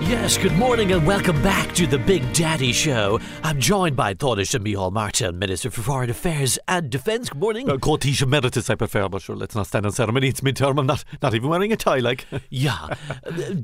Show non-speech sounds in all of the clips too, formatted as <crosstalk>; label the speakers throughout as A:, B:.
A: Yes, good morning and welcome back to the Big Daddy Show. I'm joined by Thornish and Mihal Martin, Minister for Foreign Affairs and Defence. Good morning.
B: Uh, Cortese emeritus, I prefer, but sure, let's not stand on ceremony. It's midterm. I'm not, not even wearing a
A: <laughs>
B: tie, like. Uh,
A: Yeah.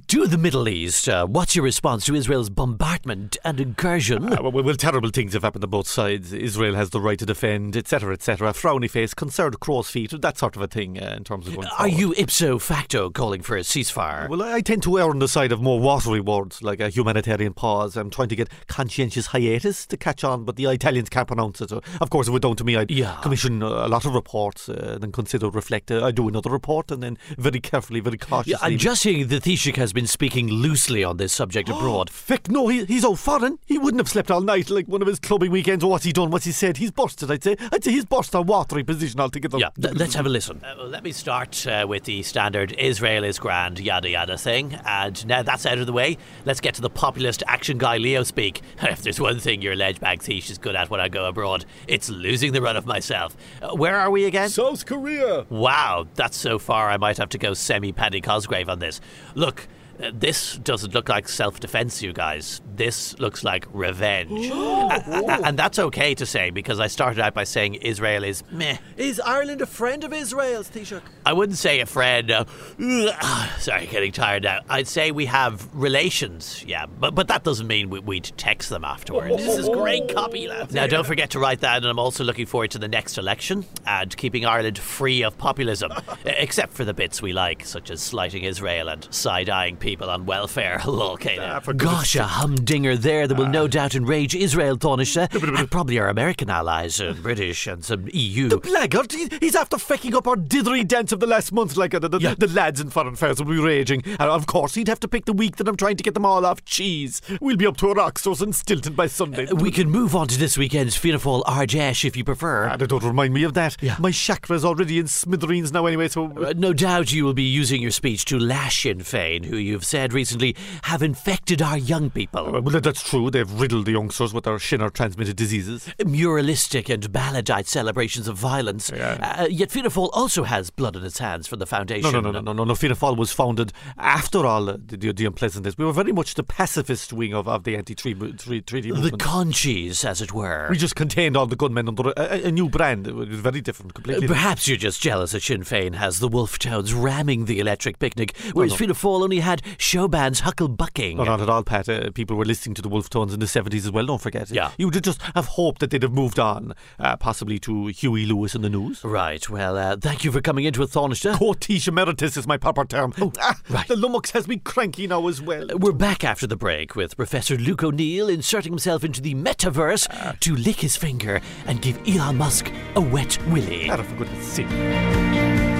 A: to the Middle East, uh, what's your response to Israel's bombardment and incursion?
B: Uh, well, well, terrible things have happened on both sides. Israel has the right to defend, etc., etc. Frowny face, concerned crow's feet, that sort of a thing uh, in terms of going
A: Are
B: forward.
A: you ipso facto calling for a ceasefire?
B: Well, I I tend to err on the side of more watery words, like a humanitarian pause. I'm trying to get conscientious hiatus to catch on, but the Italians can't pronounce it. So, of course, if it were down to me, I'd
A: Yeah.
B: commission uh, a lot of reports, uh, then consider, reflect. Uh, I do another report, and then very carefully, very cautiously.
A: Yeah, I'm just hearing that Taoiseach has been speaking loosely on this subject
B: <gasps>
A: abroad.
B: Fick, no, he, he's all foreign. He wouldn't have slept all night like one of his clubbing weekends. Or what's he done? What's he said? He's busted, I'd say. I'd say he's burst a watery position altogether.
A: Yeah, th- let's have a listen. Uh, well, let me start uh, with the standard Israel is grand, yada yada thing. And now that's out of the way, let's get to the populist action guy Leo speak. <laughs> If there's one thing your ledge bag thief is good at when I go abroad, it's losing the run of myself. Uh, where are we again?
B: South Korea.
A: Wow, that's so far I might have to go semi Paddy Cosgrave on this. Look, uh, this doesn't look like self defense, you guys. This looks like
B: <gasps>
A: revenge. A- a- a- and that's okay to say because I started out by saying Israel is meh.
C: Is Ireland a friend of Israel's, Taoiseach?
A: I wouldn't say a friend. Uh, <sighs> sorry, getting tired now. I'd say we have relations, yeah, but but that doesn't mean we, we'd text them afterwards.
C: This is great copy, lads.
A: Now, don't forget to write that, and I'm also looking forward to the next election and keeping Ireland free of
C: <laughs>
A: populism, e, except for the bits we like, such as slighting Israel and side eyeing people on welfare. <laughs> Lol, Kayla.
B: for goodness
A: Gosh, a humdinger there that will
C: Ah.
A: no doubt enrage Israel, Thornisha,
C: <laughs>
A: and probably our American allies, uh, British, and some EU.
B: Blackguard, he, he's after fecking up our dithery dance of the last month. Like uh, the, the,
A: Yeah.
B: the lads in foreign affairs will be raging. And of course, he'd have to pick the week that I'm trying to get them all off cheese. We'll be up to our oxos and stilted by Sunday.
A: Uh, We can move on to this weekend's Fianna Fáil Ardesh if you prefer.
B: and don't remind me of that.
A: Yeah.
B: My chakra's already in smithereens now, anyway, so.
A: Uh, No doubt you will be using your speech to lash Sinn Féin, who you've said recently have infected our young people.
B: Well, that's true. They've riddled the youngsters with their shinner transmitted diseases.
A: Muralistic and balladite celebrations of violence.
B: Yeah.
A: Uh, yet Fianna Fáil also has blood on its hands from the
B: No,
A: foundation.
B: no, no, no, no, no, no. Fianna Fáil was founded after all uh, the, the, the unpleasantness. We were very much the pacifist wing of, of the anti-treaty treaty
A: The
B: movement.
A: conchies, as it were.
B: we just contained all the gunmen under a, a- a new brand. It was very different, completely.
A: Perhaps you're just jealous that Sinn Féin has the Wolf Tones ramming the electric picnic, whereas
B: no.
A: Fianna Fáil only had Showband's Huckle Bucking.
B: no, not at all, Pat. Uh, people were listening to the Wolf Tones in the 70s as well, don't forget.
A: Yeah.
B: You would just have hoped that they'd have moved on, uh, possibly to Huey Lewis and the News.
A: Right, well, uh, thank you for coming into a Thornister.
B: Cortiche emeritus is my proper term. Ah,
A: right.
B: The lummox has me cranky now as well.
A: Uh, We're back after the break with Professor Luke O'Neill inserting himself into the metaverse to lick his finger and give Elon Musk a wet willy.
B: Pat, for goodness sake.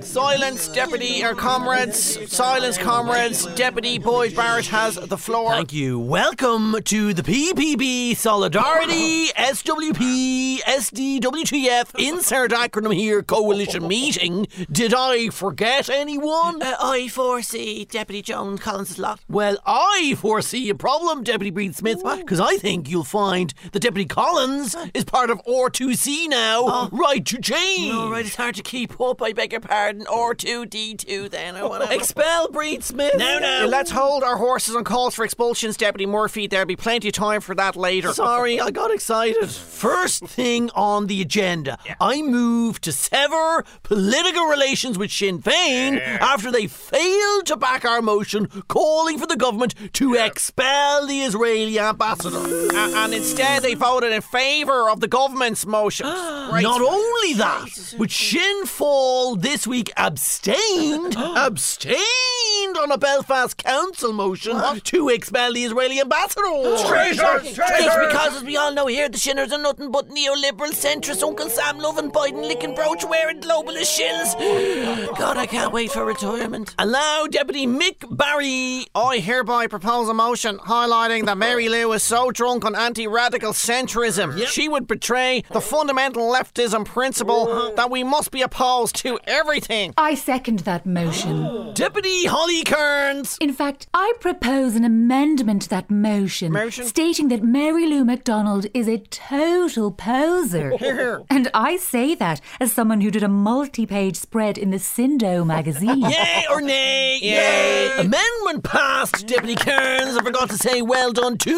C: Silence, deputy, or comrades. Silence, comrades. Deputy Boyd Barrett has the floor.
A: Thank you. Welcome to the PPB Solidarity SWP SDWTF Insert Acronym Here Coalition Meeting. Did I forget anyone?
D: Uh, I foresee Deputy Joan Collins' lot.
A: Well, I foresee a problem, Deputy Breed Smith, because I think you'll find that Deputy Collins is part of R2C now. Right to change.
D: All Oh. right, it's hard to keep up. I beg your pardon. Or two D two then or whatever.
A: <laughs> Expel Breed Smith.
C: Now, now. Let's hold our horses on calls for expulsions, Deputy Murphy. There'll be plenty of time for that later.
A: Sorry, I got excited. First thing on the agenda, I move to sever political relations with Sinn Féin after they failed to back our motion calling for the government to expel the Israeli ambassador.
C: A- and instead, they voted in favour of the government's motion.
A: <gasps>
C: right.
A: Not only that, but Sinn Féin this week
C: <gasps>
A: abstained, abstained on a Belfast council motion to expel the Israeli ambassador.
D: It's because, as we all know here, the Shinners are nothing but neoliberal centrist Uncle Sam loving Biden licking brooch wearing globalist shills. God, I can't wait for retirement.
A: Allow Deputy Mick Barry
C: I hereby propose a motion highlighting that Mary Lou is so drunk on anti radical centrism, she would betray the fundamental leftism principle that we must be opposed to everything.
E: I second that motion.
A: Deputy Holly
C: Lee Kearns.
E: In fact, I propose an amendment to that motion,
C: Motion?
E: stating that Mary Lou MacDonald is a total poser. and I say that as someone who did a multi page spread in the Sindo magazine.
F: Yay or nay? Yay! Amendment passed, Deputy Kearns. I forgot to say well done to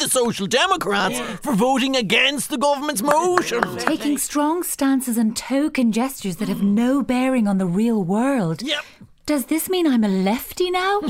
F: the Social Democrats for voting against the government's motion.
E: <laughs> Taking strong stances and token gestures that have no bearing on the real world.
F: <laughs> Yep.
E: Does this mean I'm a lefty now?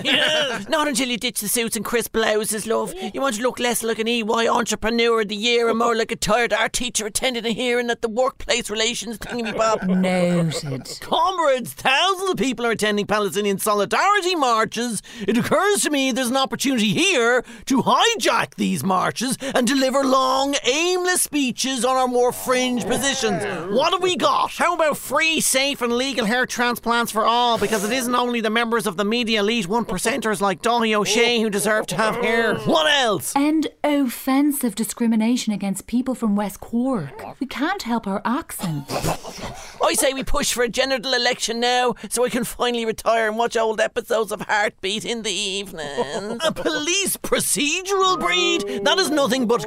F: Not until you ditch the suits and crisp blouses, love. You want to look less like an EY Entrepreneur of the Year and more like a tired art teacher attending a hearing at the workplace relations <laughs> thingy-bob.
E: Noted.
F: Comrades, thousands of people are attending Palestinian solidarity marches. It occurs to me there's an opportunity here to hijack these marches and deliver long, aimless speeches on our more fringe positions. What have we got?
C: How about free, safe, and legal hair transplants for all? Because it isn't only the members of the media elite one percenters like Donny O'Shea who deserve to have hair.
F: What else?
E: And offensive discrimination against people from West Cork. We can't help our accent.
F: I say we push for a general election now so I can finally retire and watch old episodes of Heartbeat in the evening. <laughs> a police procedural breed? That is nothing but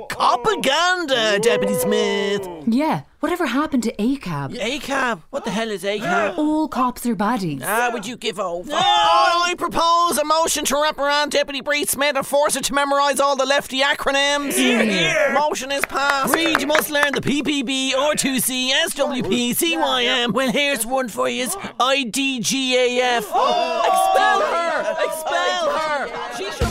F: propaganda, Deputy Smith.
E: Yeah, whatever happened to ACAB?
F: ACAB? What the hell is ACAB?
E: All cops are baddies.
F: Ah, would you give over?
C: I propose a motion to reprimand Deputy Breed Smith and force her to memorise all the lefty acronyms. Motion is passed.
F: Reed, you must learn the PPB, R2C, SWP, CYM. Well, here's one for you.
C: <gasps>
F: IDGAF. Expel her! Expel her! She should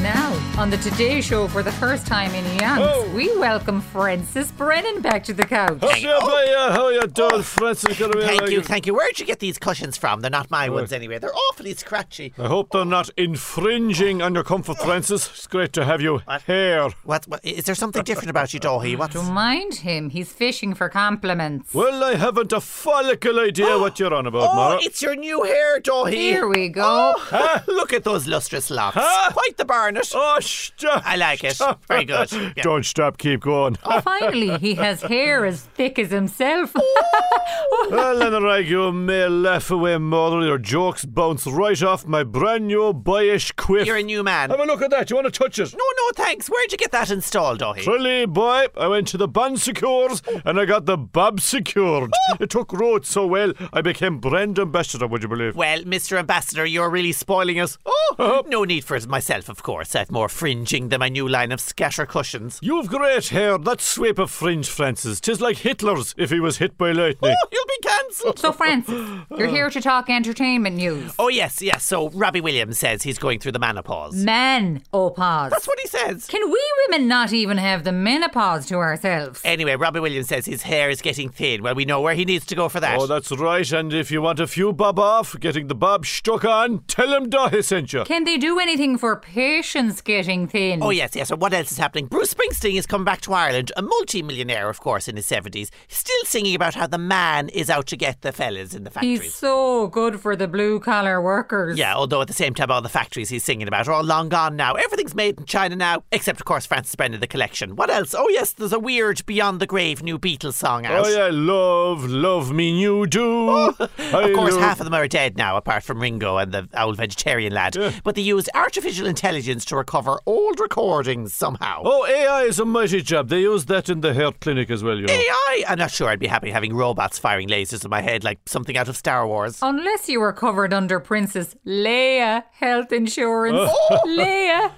G: Now, on the Today Show for the first time in years, we welcome Francis Brennan back to the couch.
B: Oh. how you doing, Francis?
A: oh. Thank you, thank you. Where'd you get these cushions from? They're not my ones anyway. They're awfully scratchy.
B: I hope they're not infringing on your comfort, Francis. It's great to have you here.
A: What, what is there something different about you, Doherty? What's
G: Mind him, he's fishing for compliments.
B: Well, I haven't a follicle idea what you're on about,
A: Oh,
B: Mara.
A: it's your new hair, Doherty.
G: Here we go.
A: Oh. <laughs> Look at those lustrous locks.
B: Huh?
A: Quite the barnet.
B: Oh, stop.
A: I like it.
B: stop.
A: Very good. Yeah.
B: Don't stop, keep going. <laughs>
G: Oh, Finally, he has hair as thick as himself.
B: well, Anurag, you may laugh away, Mother. Your jokes bounce right off my brand new boyish quiff.
A: You're a new man.
B: Have a look at that. You want to touch it?
A: No, no, thanks. Where'd you get that installed, Doherty?
B: Really, boy, I went to the Bond Secures and I got the Bob <laughs> secured. it took root so well, I became brand ambassador, would you believe?
A: Well, Mr. Ambassador, you're really spoiling us.
B: Uh-huh.
A: Oh, no need for it myself, of course. I've more fringing than my new line of scatter
B: <laughs>
A: cushions.
B: You've great hair, that sweep of fringe, Francis. Tis like Hitler's if he was hit by
A: <laughs>
B: lightning.
A: Oh, You'll be cancelled.
G: so, Francis, you're here to talk entertainment news.
A: Oh, yes, yes. So, Robbie Williams says he's going through the
B: Mm.
A: menopause.
G: Men, oh, pause.
A: That's what he says.
G: Can we women not even have the menopause to ourselves?
A: Anyway, Robbie Williams says his hair is getting thin. Well, we know where he needs to go for that.
B: Oh, that's right, and if you want a few bob off, getting the bob stuck on, tell him Dahi sent you.
G: Can they do anything for patients getting thin?
A: Oh, yes, yes. And what else is happening? Bruce Springsteen is coming back to Ireland, a multi-millionaire, of course, in his 70s, still singing about how the man is out to get the fellas in the factories.
G: He's so good for the blue collar workers.
A: Yeah, although at the same time, all the factories he's singing about are all long gone now. Everything's made in China now, except, of course, Francis Brennan, the collection. What else? Oh, yes, there's a weird Beyond the Grave new Beatles song out.
B: Oh, yeah, love, love me new do.
A: <laughs> Of course, half of them are dead now, apart from Ringo and the old vegetarian lad. But they used artificial intelligence to recover old recordings somehow.
B: Oh, AI is a mighty job. They use that in the hair clinic as well, you know.
A: AI! I'm not sure I'd be happy having robots firing lasers at my head like something out of Star Wars.
G: Unless you were covered under Princess Leia health insurance.
A: Oh.
E: <laughs>
G: Leia.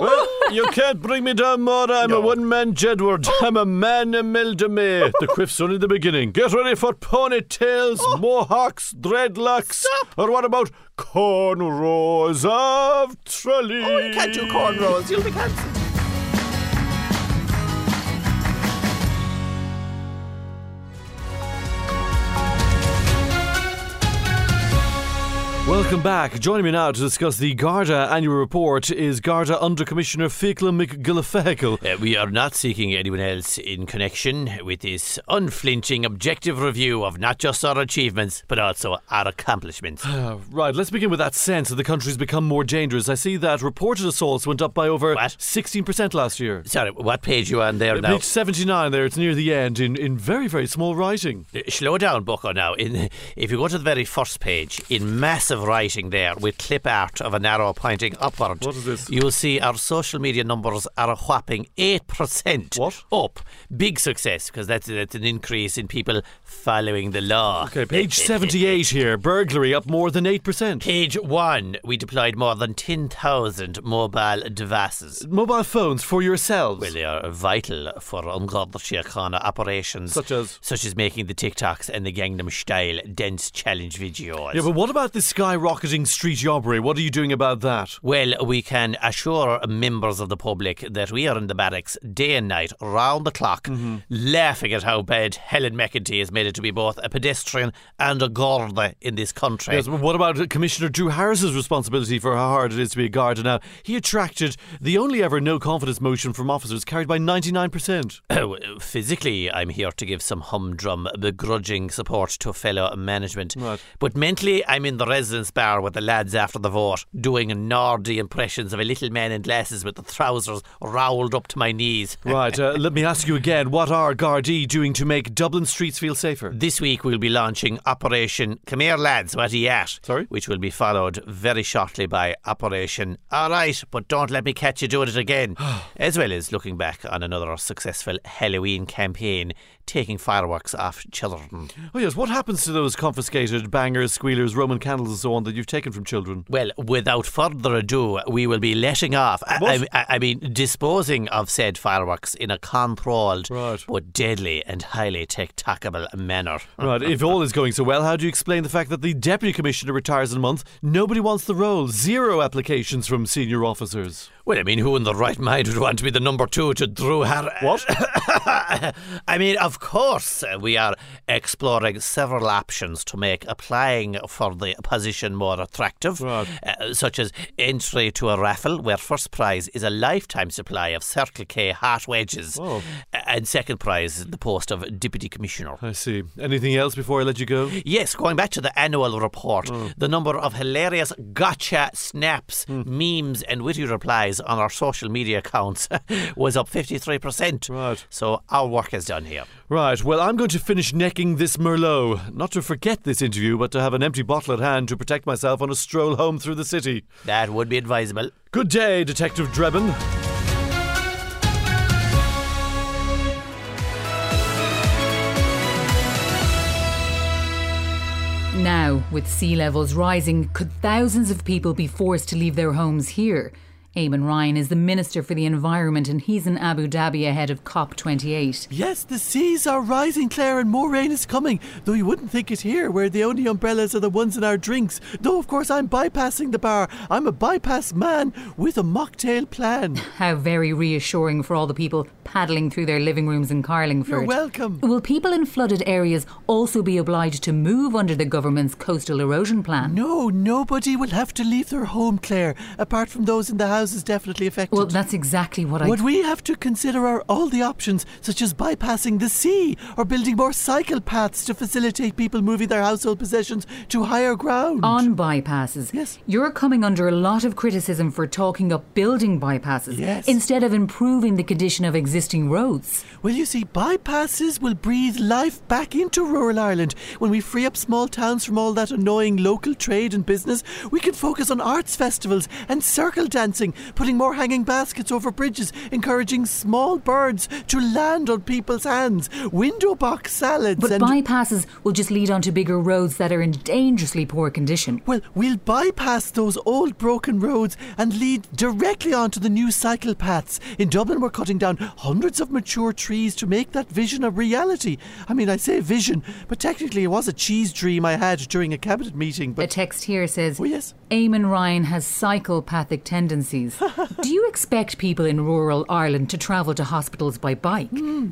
B: Well, you can't bring me down, Mara. I'm a one man Jedward. I'm a man Imelda May. The quiff's only the beginning. Get ready for ponytails,
A: Oh.
B: mohawks, dreadlocks. Or what about cornrows of trolley? Oh,
A: You can't do cornrows, you'll be cancelled.
B: Welcome back. Joining me now to discuss the Garda annual report is Garda Under Commissioner Ficla McGillifehickle.
A: Uh, we are not seeking anyone else in connection with this unflinching objective review of not just our achievements, but also our <sighs> accomplishments.
B: Uh, right, let's begin with that sense that the country's become more dangerous. I see that reported assaults went up by over
A: What?
B: 16% last year.
A: Sorry, what page you on there now?
B: Page 79 there, it's near the end, in, in very, very small writing.
A: Uh, Slow down, Bucko, now. In, if you go to the very first page, in massive writing there, with clip art of an arrow pointing upward,
B: What is this?
A: you will see our social media numbers are a whopping 8%
B: What?
A: up. Big success, because that's, that's an increase in people following the law. <laughs>
B: Okay, page 78 here, burglary up more than 8%.
A: Page one, we deployed more than 10,000 mobile devices.
B: Mobile phones for yourselves.
A: Well, they are vital for ungodly Síochána operations.
B: Such as?
A: Such as making the TikToks and the Gangnam Style dance challenge videos.
B: yeah, but what about the skyrocketing street robbery? What are you doing about that?
A: Well, we can assure members of the public that we are in the barracks day and night, round the clock,
B: Mm-hmm.
A: laughing at how bad Helen McEntee has made it to be both a pedestrian and a Garda in this country.
B: Yes, but what about Commissioner Drew Harris's responsibility for how hard it is to be a guard? Now, he attracted the only ever no confidence motion from officers carried
A: <laughs>
B: by 99%.
A: Oh, <coughs> physically, I'm here to give some humdrum, begrudging support to fellow management.
B: Right.
A: But mentally, I'm in the residence bar with the lads after the vote, doing nardy impressions of a little man in glasses with the trousers rolled up to my knees.
B: right, uh, let me ask you again what are Gardaí doing to make Dublin streets feel safer?
A: This week we'll be launching Operation Come Here Lads, What Are You At?
B: Sorry?
A: Which will be followed very shortly by Operation All Right, But Don't Let Me Catch You Doing It
B: <sighs>
A: Again, as well as looking back on another successful Halloween campaign taking fireworks off children.
B: Oh, yes, what happens to those confiscated bangers, squealers, Roman candles, and so on that you've taken from children?
A: Well, without further ado, we will be letting off, I, I, I mean, disposing of said fireworks in a controlled
B: Right.
A: but deadly and highly TikTokable manner.
B: Right, if all is going so well, how do you explain the fact that the Deputy Commissioner retires in a month? Nobody wants the role, zero applications from senior officers.
A: Well, I mean, who in the right mind would want to be the number two to Drew Har? What? <laughs> I mean, of course, uh, we are exploring several options to make applying for the position more attractive,
B: Right.
A: uh, such as entry to a raffle where first prize is a lifetime supply of Circle K hot wedges,
B: Oh.
A: A- and second prize is the post of Deputy Commissioner.
B: I see. Anything else before I let you go?
A: Yes, going back to the annual report,
D: Mm.
A: the number of hilarious gotcha snaps, memes, and witty replies on our social media accounts <laughs> was up 53%.
B: Right.
A: So our work is done here.
B: Right, well, I'm going to finish necking this Merlot. Not to forget this interview, but to have an empty bottle at hand to protect myself on a stroll home through the city.
A: That would be advisable.
B: Good day, Detective Drebin.
E: Now, with sea levels rising, could thousands of people be forced to leave their homes here? Eamon Ryan is the Minister for the Environment and he's in Abu Dhabi ahead of COP28.
D: Yes, the seas are rising, Claire, and more rain is coming. Though you wouldn't think it here, where the only umbrellas are the ones in our drinks. Though, of course, I'm bypassing the bar. I'm a bypass man with a mocktail plan.
E: How very reassuring for all the people paddling through their living rooms in Carlingford.
D: You're welcome.
E: Will people in flooded areas also be obliged to move under the government's coastal erosion plan?
D: No, nobody will have to leave their home, Claire, apart from those in the houses definitely affected.
E: Well, that's exactly what I.
D: What we have to consider are all the options, such as bypassing the sea or building more cycle paths to facilitate people moving their household possessions to higher ground.
E: on bypasses.
D: Yes.
E: You're coming under a lot of criticism for talking up building bypasses
D: Yes.
E: instead of improving the condition of existing roads.
D: Well, you see, bypasses will breathe life back into rural Ireland. When we free up small towns from all that annoying local trade and business, we can focus on arts festivals and circle dancing, putting more hanging baskets over bridges, encouraging small birds to land on people's hands, window box salads,
E: But
D: and.
E: bypasses will just lead onto bigger roads that are in dangerously poor condition.
D: well, we'll bypass those old broken roads and lead directly onto the new cycle paths. In Dublin, we're cutting down hundreds of mature trees to make that vision a reality. I mean, I say vision, but technically it was a cheese dream I had during a cabinet meeting.
E: A
D: But
E: text here says,
D: Oh, yes.
E: Eamon Ryan has
D: <laughs>
E: psychopathic tendencies.
D: Hmm.
E: Do you expect people in rural Ireland to travel to hospitals by bike?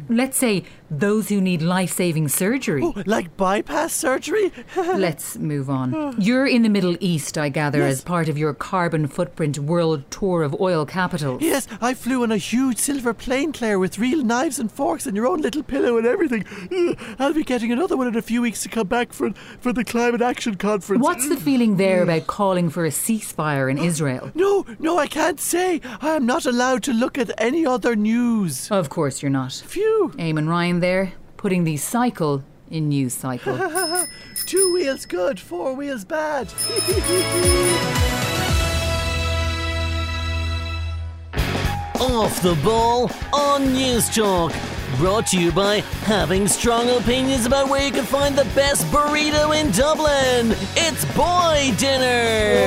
E: Let's say those who need life saving surgery.
H: Like bypass
D: <laughs>
H: surgery?
E: Let's move on. You're in the Middle East, I gather, as part of your carbon footprint world tour of oil capitals.
H: yes, I flew on a huge silver plane, Claire, with real knives and forks and your own little pillow and everything. Ugh, I'll be getting another one in a few weeks to come back for, for the Climate Action Conference.
E: What's the feeling there about calling for a ceasefire in Israel?
H: No, no, I can't say. I am not allowed to look at any other news.
E: Of course you're not.
H: Phew,
E: Eamon Ryan there, putting the cycle in news cycle.
H: two wheels good, four wheels bad.
A: <laughs> Off the ball on News Talk. Brought to you by having strong opinions about where you can find the best burrito in Dublin. It's Boy Dinner.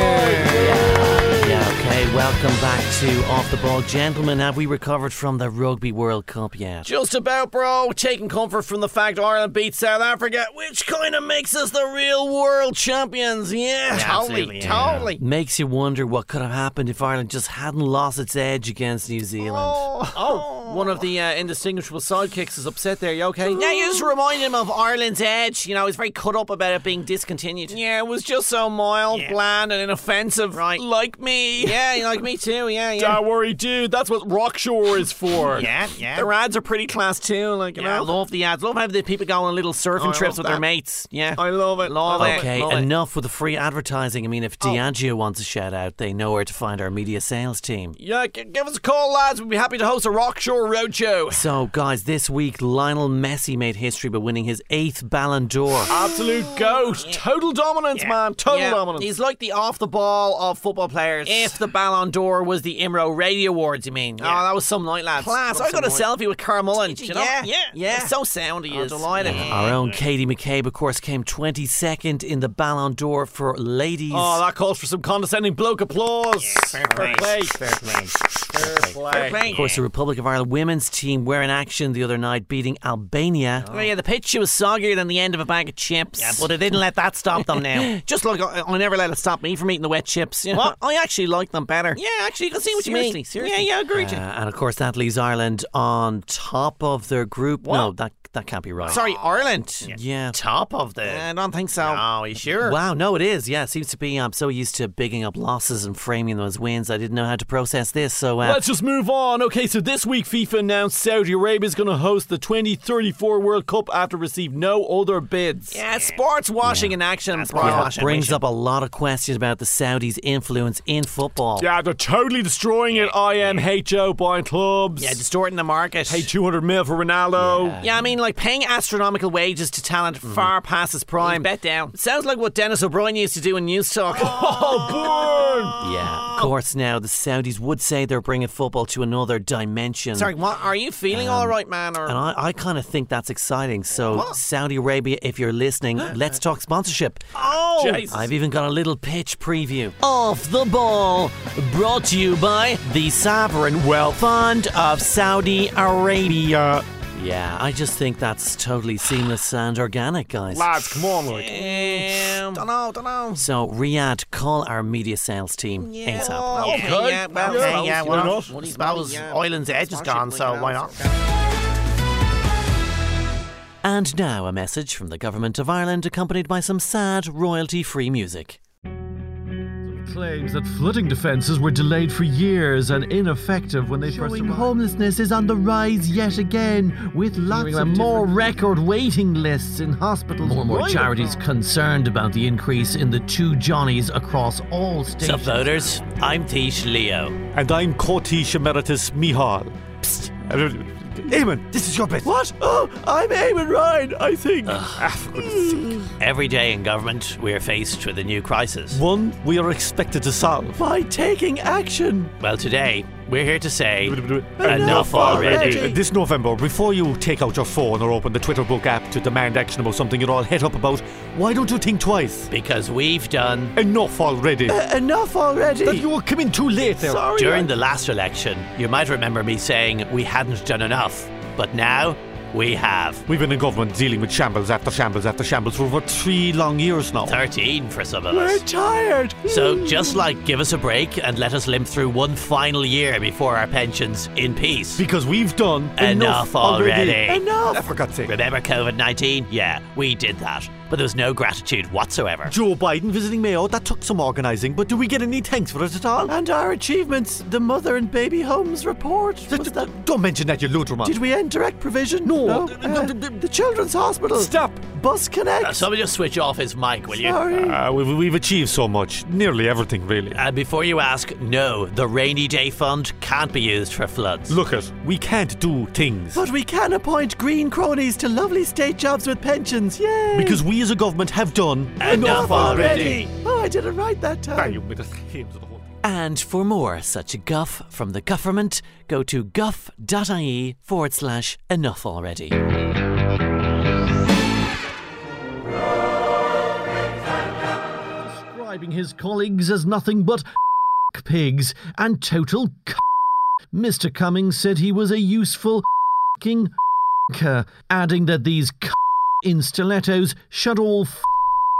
A: Yeah, okay, welcome back to Off the Ball. Gentlemen, have we recovered from the Rugby World Cup yet?
D: Just about, bro. Taking comfort from the fact Ireland beat South Africa, which kind of makes us the real world champions. Yeah,
I: absolutely,
D: totally,
I: yeah.
D: totally.
A: Makes you wonder what could have happened if Ireland just hadn't lost its edge against New Zealand.
D: Oh,
I: One of the uh, indistinguishable sidekicks is upset there. You okay?
D: now you <gasps> just remind him of Ireland's edge. You know, he's very cut up about it being discontinued. Yeah, it was just so mild, bland, and inoffensive. Right, like me. Yeah, like me too. Yeah, yeah.
B: Don't worry, dude. That's what Rockshore is for.
D: <laughs> Yeah, yeah. Their ads are pretty class too. Like, you
I: Yeah, I
D: know. Oh,
I: love the ads. Love how the people go on little surfing trips with their mates. Yeah.
D: I love it. Oh.
I: Love it.
A: Okay,
I: love it.
A: enough with the free advertising. I mean, if Diageo wants a shout out, they know where to find our media sales team.
D: Yeah, g- give us a call, lads. We'd be happy to host a Rockshore Roadshow.
A: So, guys, this week Lionel Messi made history by winning his eighth Ballon d'Or.
D: Ah,
B: Absolute goat. Total dominance, man. Total
I: Yeah.
B: dominance.
I: He's like the off the ball of football players.
D: If the Ballon d'Or was the Imro Radio Awards, you mean?
I: Yeah.
D: Oh, that was some night, lads.
I: Class. I got a
D: selfie with Carl Mullen.
I: you know?
D: Yeah,
I: Yeah.
D: yeah.
I: So sound he
D: I'm
I: is.
D: delighted.
A: Our own Katie McCabe, of course, came 22nd in the Ballon d'Or for ladies.
B: Oh, that calls for some condescending bloke applause. fair play. Fair play. Fair play.
A: of course, the Republic of Ireland women's team were in action the other night, beating Albania.
D: Oh, yeah, the pitch was soggier than the end of a bag of chips. Yeah, but it didn't let that stop them
A: <laughs>
D: now. <clears throat> Just like I, I never let it stop me from eating the wet chips. You know?
A: What?
D: I actually like them better. Yeah, actually, you can see what you mean. Seriously. Yeah, yeah, I agree. with
A: Uh,
D: you.
A: and of course, that leaves Ireland on top of their group. No, that that can't be right.
D: Sorry, Ireland.
A: Yeah.
I: Top of the.
D: I don't think so.
I: Oh, you sure?
A: Wow, no, it is. Yeah, it seems to be. I'm so used to bigging up losses and framing them as wins. I didn't know how to process this. So, uh,
B: Let's just move on. Okay, so this week FIFA announced Saudi Arabia is going to host the 2034 World Cup after receive no other bids.
D: Yeah, sports washing in action. sports
A: yeah,
D: washing.
A: brings up a lot of questions about the Saudis' influence in football.
B: Yeah, they're totally destroying it. IMHO buying clubs.
D: Yeah, distorting the market.
B: Pay 200 mil for Ronaldo.
D: Yeah, I mean, like paying astronomical wages to talent far past his prime. Bet down. Sounds like what Dennis O'Brien used to do in News Talk.
B: Oh, burn!
A: Yeah, of course. Now the Saudis would say they're bringing football to another dimension.
D: Sorry, what? Are you feeling all right, man? Or
A: um, And I, I kind of think that's exciting. So, Saudi Arabia, if you're listening, let's talk sponsorship.
B: Oh,
A: I've even got a little pitch preview. Off the ball, brought to you by the Sovereign Wealth Fund of Saudi Arabia. Yeah, I just think that's totally seamless and organic, guys.
B: lads, come on, like.
D: don't know, don't know.
A: So, Riyadh, call our media sales team ASAP.
D: Okay,
B: Okay,
D: yeah, well,
B: yeah,
D: okay, yeah,
B: why
D: well,
B: not?
D: well,
I: I
D: well,
I: suppose
D: yeah.
I: Ireland's edge is gone, so why not?
A: And now, a message from the Government of Ireland accompanied by some sad royalty free music.
B: Claims that flooding defences were delayed for years and ineffective when they
H: Showing homelessness is on the rise yet again, with lots of more.
B: more record waiting lists in hospitals. More and more charities concerned about the increase in the two Johnnies across all states.
I: Sup, voters? I'm Tish Leo.
B: And I'm Kotish Emeritus Mihal. Psst. Uh, Eamon, this is your bit.
H: What? Oh, I'm Eamon Ryan, I think.
I: Every day in government, we're faced with a new crisis.
B: One we are expected to solve.
H: By taking action.
I: Well, today, we're here to say
H: Enough already. already.
B: Uh, This November, before you take out your phone or open the Twitter book app to demand action about something you're all hit up about, why don't you think twice?
I: because we've done.
B: Enough already.
D: Uh,
H: Enough already.
B: that you were coming too late there.
H: Sorry.
I: During the last election, you might remember me saying we hadn't done enough, but now
A: we have
B: We've been in government dealing with shambles after shambles after shambles for over three long years now.
A: 13 for some of
D: We're
A: us.
D: tired. Mm.
A: So just like give us a break and let us limp through one final year before our pensions in peace.
B: Because we've done enough,
A: Enough already.
B: Enough! For God's sake.
A: Remember COVID 19? Yeah, we did that. But there was no gratitude whatsoever.
B: Joe Biden visiting Mayo, that took some organising, but do we get any thanks for it at all?
D: And our achievements, the mother and baby homes report.
B: Th-
D: Was
B: th-
D: that,
B: Don't mention that, you luderman.
D: did we end direct provision?
B: No,
D: no?
B: th- th-
D: Uh,
B: th- th-
D: the children's hospital.
B: Stop.
D: Bus connect.
A: Uh, somebody just switch off his mic, will you?
D: Sorry.
B: Uh, we've, we've achieved so much. Nearly everything, really.
A: And before you ask, no, the rainy day fund can't be used for floods.
B: Look at, we can't do things.
D: but we can appoint green cronies to lovely state jobs with pensions. Yay!
B: Because we as a government have done
A: Enough already.
D: Oh, I did it right that time.
F: And for more such a guff from the government, go to guff.ie forward slash enough already.
J: describing his colleagues as nothing but <laughs> pigs and total <laughs> c- Mr. Cummings said he was a useful <laughs> king adding that these <laughs> c- in stilettos should all f-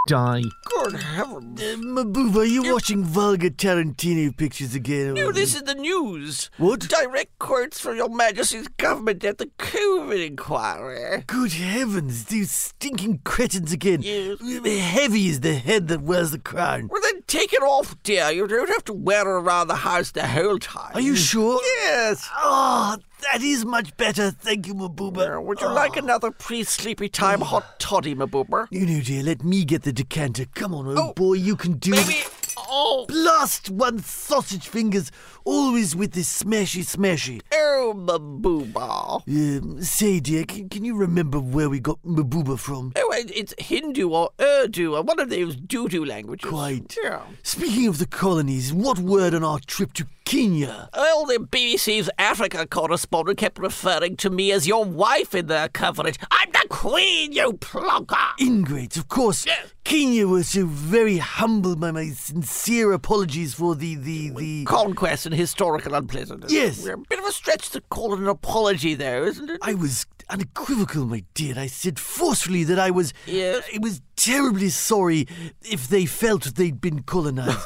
J: die.
C: Um,
D: Mabuva, you're watching vulgar Tarantino pictures again.
C: No, this is the news.
D: What?
C: Direct quotes from Your Majesty's government at the COVID inquiry.
D: Good heavens, these stinking cretins again.
C: Yes.
D: Heavy is the head that wears the crown.
C: Well, then take it off, dear. You don't have to wear it around the house the whole time.
D: Are you sure?
C: Yes.
D: Oh, that is much better. Thank you, Mabuba.
C: Would you like another pre-sleepy time hot toddy, Mabuber?
D: You know, dear, let me get the decanter. Come on, old
C: Oh,
D: boy, you can do
C: Maybe.
D: it.
C: Oh,
D: Blast one sausage fingers, always with this smashy smashy.
C: oh, Mabuba.
D: Um, say, dear, can, can you remember where we got Mabuba from?
C: Oh, it- it's Hindu or Urdu or one of those doo-doo languages.
D: Quite.
C: Yeah.
D: Speaking of the colonies, what word on our trip to Kenya?
C: Well, the BBC's Africa correspondent kept referring to me as your wife in their coverage. I'm the queen, you plonker!
D: <laughs> Ingrates, of course.
C: Yes.
D: Kenya were so very humbled by my sincere apologies for the the the.
C: Conquest and historical unpleasantness.
D: Yes.
C: We're a bit of a stretch to call it an apology, though, isn't it?
D: I was unequivocal, my dear. I said forcefully that I was.
C: Yes.
D: I was terribly sorry if they felt they'd been colonized.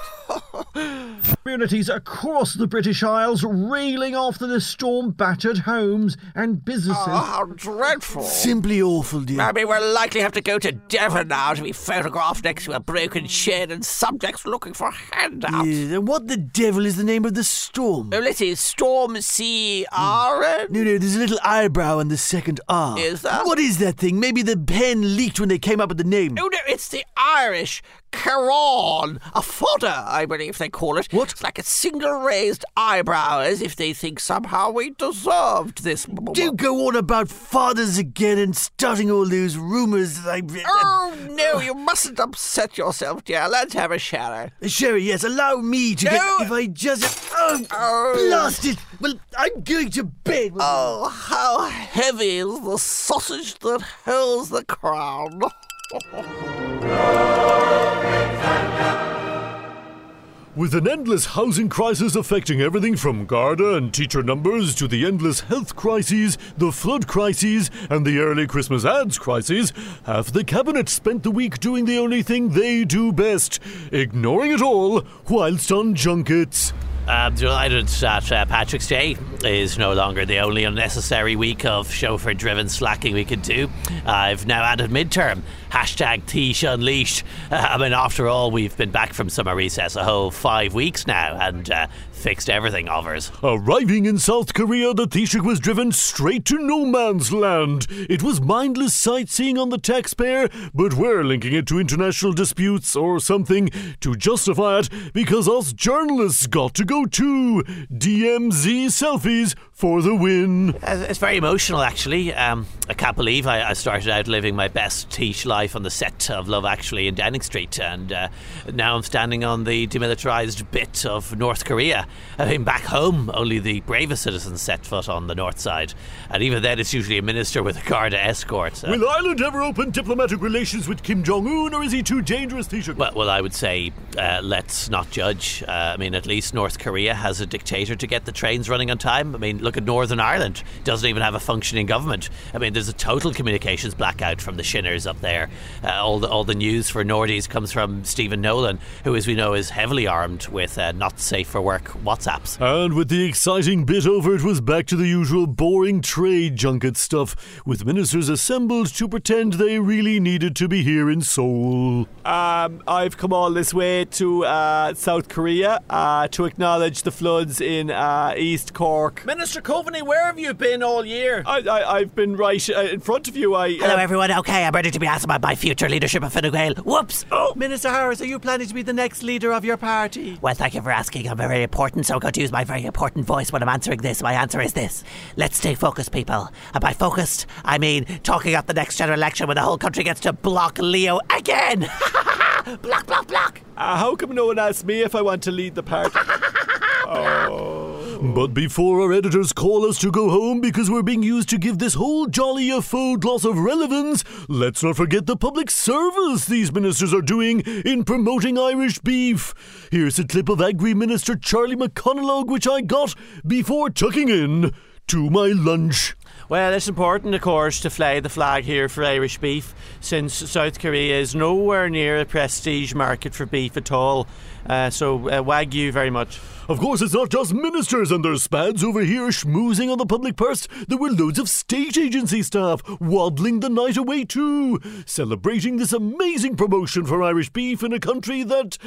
J: Communities across the British Isles reeling after the storm battered homes and businesses.
C: Oh, how dreadful.
D: Ah. Simply awful, dear.
C: I mean, we'll likely have to go to Devon now to be photographed next to a broken shed and subjects looking for handouts.
D: Yes, and what the devil is the name of the storm?
C: Oh, let's see, Storm C R N?
D: No, no, there's a little eyebrow and the second R.
C: Is that-
D: Mm. What is that thing? Maybe the pen leaked when they came up with the name.
C: No, no, it's the Irish Caron, a fodder, I believe they call it.
D: What?
C: It's like a single raised eyebrow, as if they think somehow we deserved this.
D: Do go on about fathers again and starting all those rumours. I
A: Uh.
C: Oh, no, you mustn't upset yourself, dear. Let's have a shower.
D: Uh, Sherry, yes, allow me to get.
C: No.
D: If I just. Oh,
C: Oh.
D: blast it! Well, I'm going to bed.
C: Oh, how heavy is the sausage that holds the crown?
B: With an endless housing crisis affecting everything from Garda and teacher numbers to the endless health crises, the flood crises, and the early Christmas ads crises, half the cabinet spent the week doing the only thing they do best ignoring it all whilst on junkets.
A: I'm delighted that uh, Patrick's Day is no longer the only unnecessary week of chauffeur driven slacking we could do. I've now added midterm. Hashtag Tish Unleashed. <laughs> I mean, after all, we've been back from summer recess a whole five weeks now and uh, fixed everything overs.
B: Arriving in South Korea, the Taoiseach was driven straight to no man's land. It was mindless sightseeing on the taxpayer, but we're linking it to international disputes or something to justify it because us journalists got to go too. DMZ selfies for the win.
A: Uh, It's very emotional, actually. Um, I can't believe I, I started out living my best teach life on the set of Love Actually in Downing Street, and uh, now I'm standing on the demilitarized bit of North Korea. I mean, back home, only the bravest citizens set foot on the north side, and even then, it's usually a minister with a guard escort. Uh, so-
B: Will Ireland ever open diplomatic relations with Kim Jong Un, or is he too dangerous, Taoiseach?
A: Well, well, I would say uh, let's not judge. Uh, I mean, at least North Korea has a dictator to get the trains running on time. I mean, look at Northern Ireland. Doesn't even have a functioning government. I mean, there's a total communications blackout from the Shinners up there. Uh, all, the, all the news for Nordies comes from Stephen Nolan, who, as we know, is heavily armed with uh, not safe for work WhatsApps.
B: And with the exciting bit over, it was back to the usual boring trade junket stuff, with ministers assembled to pretend they really needed to be here in Seoul.
K: Um, I've come all this way to uh, South Korea uh, to acknowledge the floods in uh, East Cork.
C: Minister Coveney, where have you been all year?
K: I, I, I've been right uh, in front of you. I uh,
A: Hello, everyone. Okay, I'm ready to be asked about my future leadership of Fine Gael. Whoops. Oh.
D: Minister Harris, are you planning to be the next leader of your party?
A: Well, thank you for asking. I'm very important, so I'm going to use my very important voice when I'm answering this. My answer is this Let's stay focused, people. And by focused, I mean talking up the next general election when the whole country gets to block Leo again. <laughs> block, block, block.
K: uh, how come no one asked me if I want to lead the party? oh.
B: But before our editors call us to go home because we're being used to give this whole jolly a faux gloss of relevance, let's not forget the public service these ministers are doing in promoting Irish beef. Here's a clip of Agri Minister Charlie McConnellogue, which I got before tucking in to my lunch.
K: Well, it's important, of course, to fly the flag here for Irish beef, since South Korea is nowhere near a prestige market for beef at all. Uh, so, uh, Wagyu very much.
B: Of course, it's not just ministers and their spads over here schmoozing on the public purse. There were loads of state agency staff waddling the night away too, celebrating this amazing promotion for Irish beef in a country that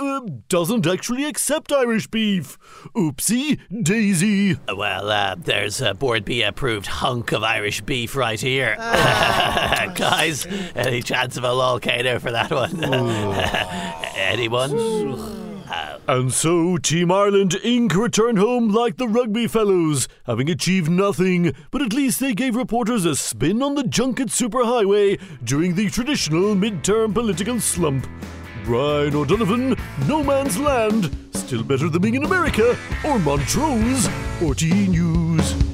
B: uh, doesn't actually accept Irish beef. Oopsie daisy.
A: Well, uh, there's a Board B approved hunk of Irish beef right here. <laughs> Guys, any chance of a lol cater for that one? <laughs> Anyone?
B: And so Team Ireland Inc. return home like the rugby fellows, having achieved nothing, but at least they gave reporters a spin on the junket superhighway during the traditional midterm political slump. Brian O'Donovan, No Man's Land, still better than being in America, or Montrose, or TE E News.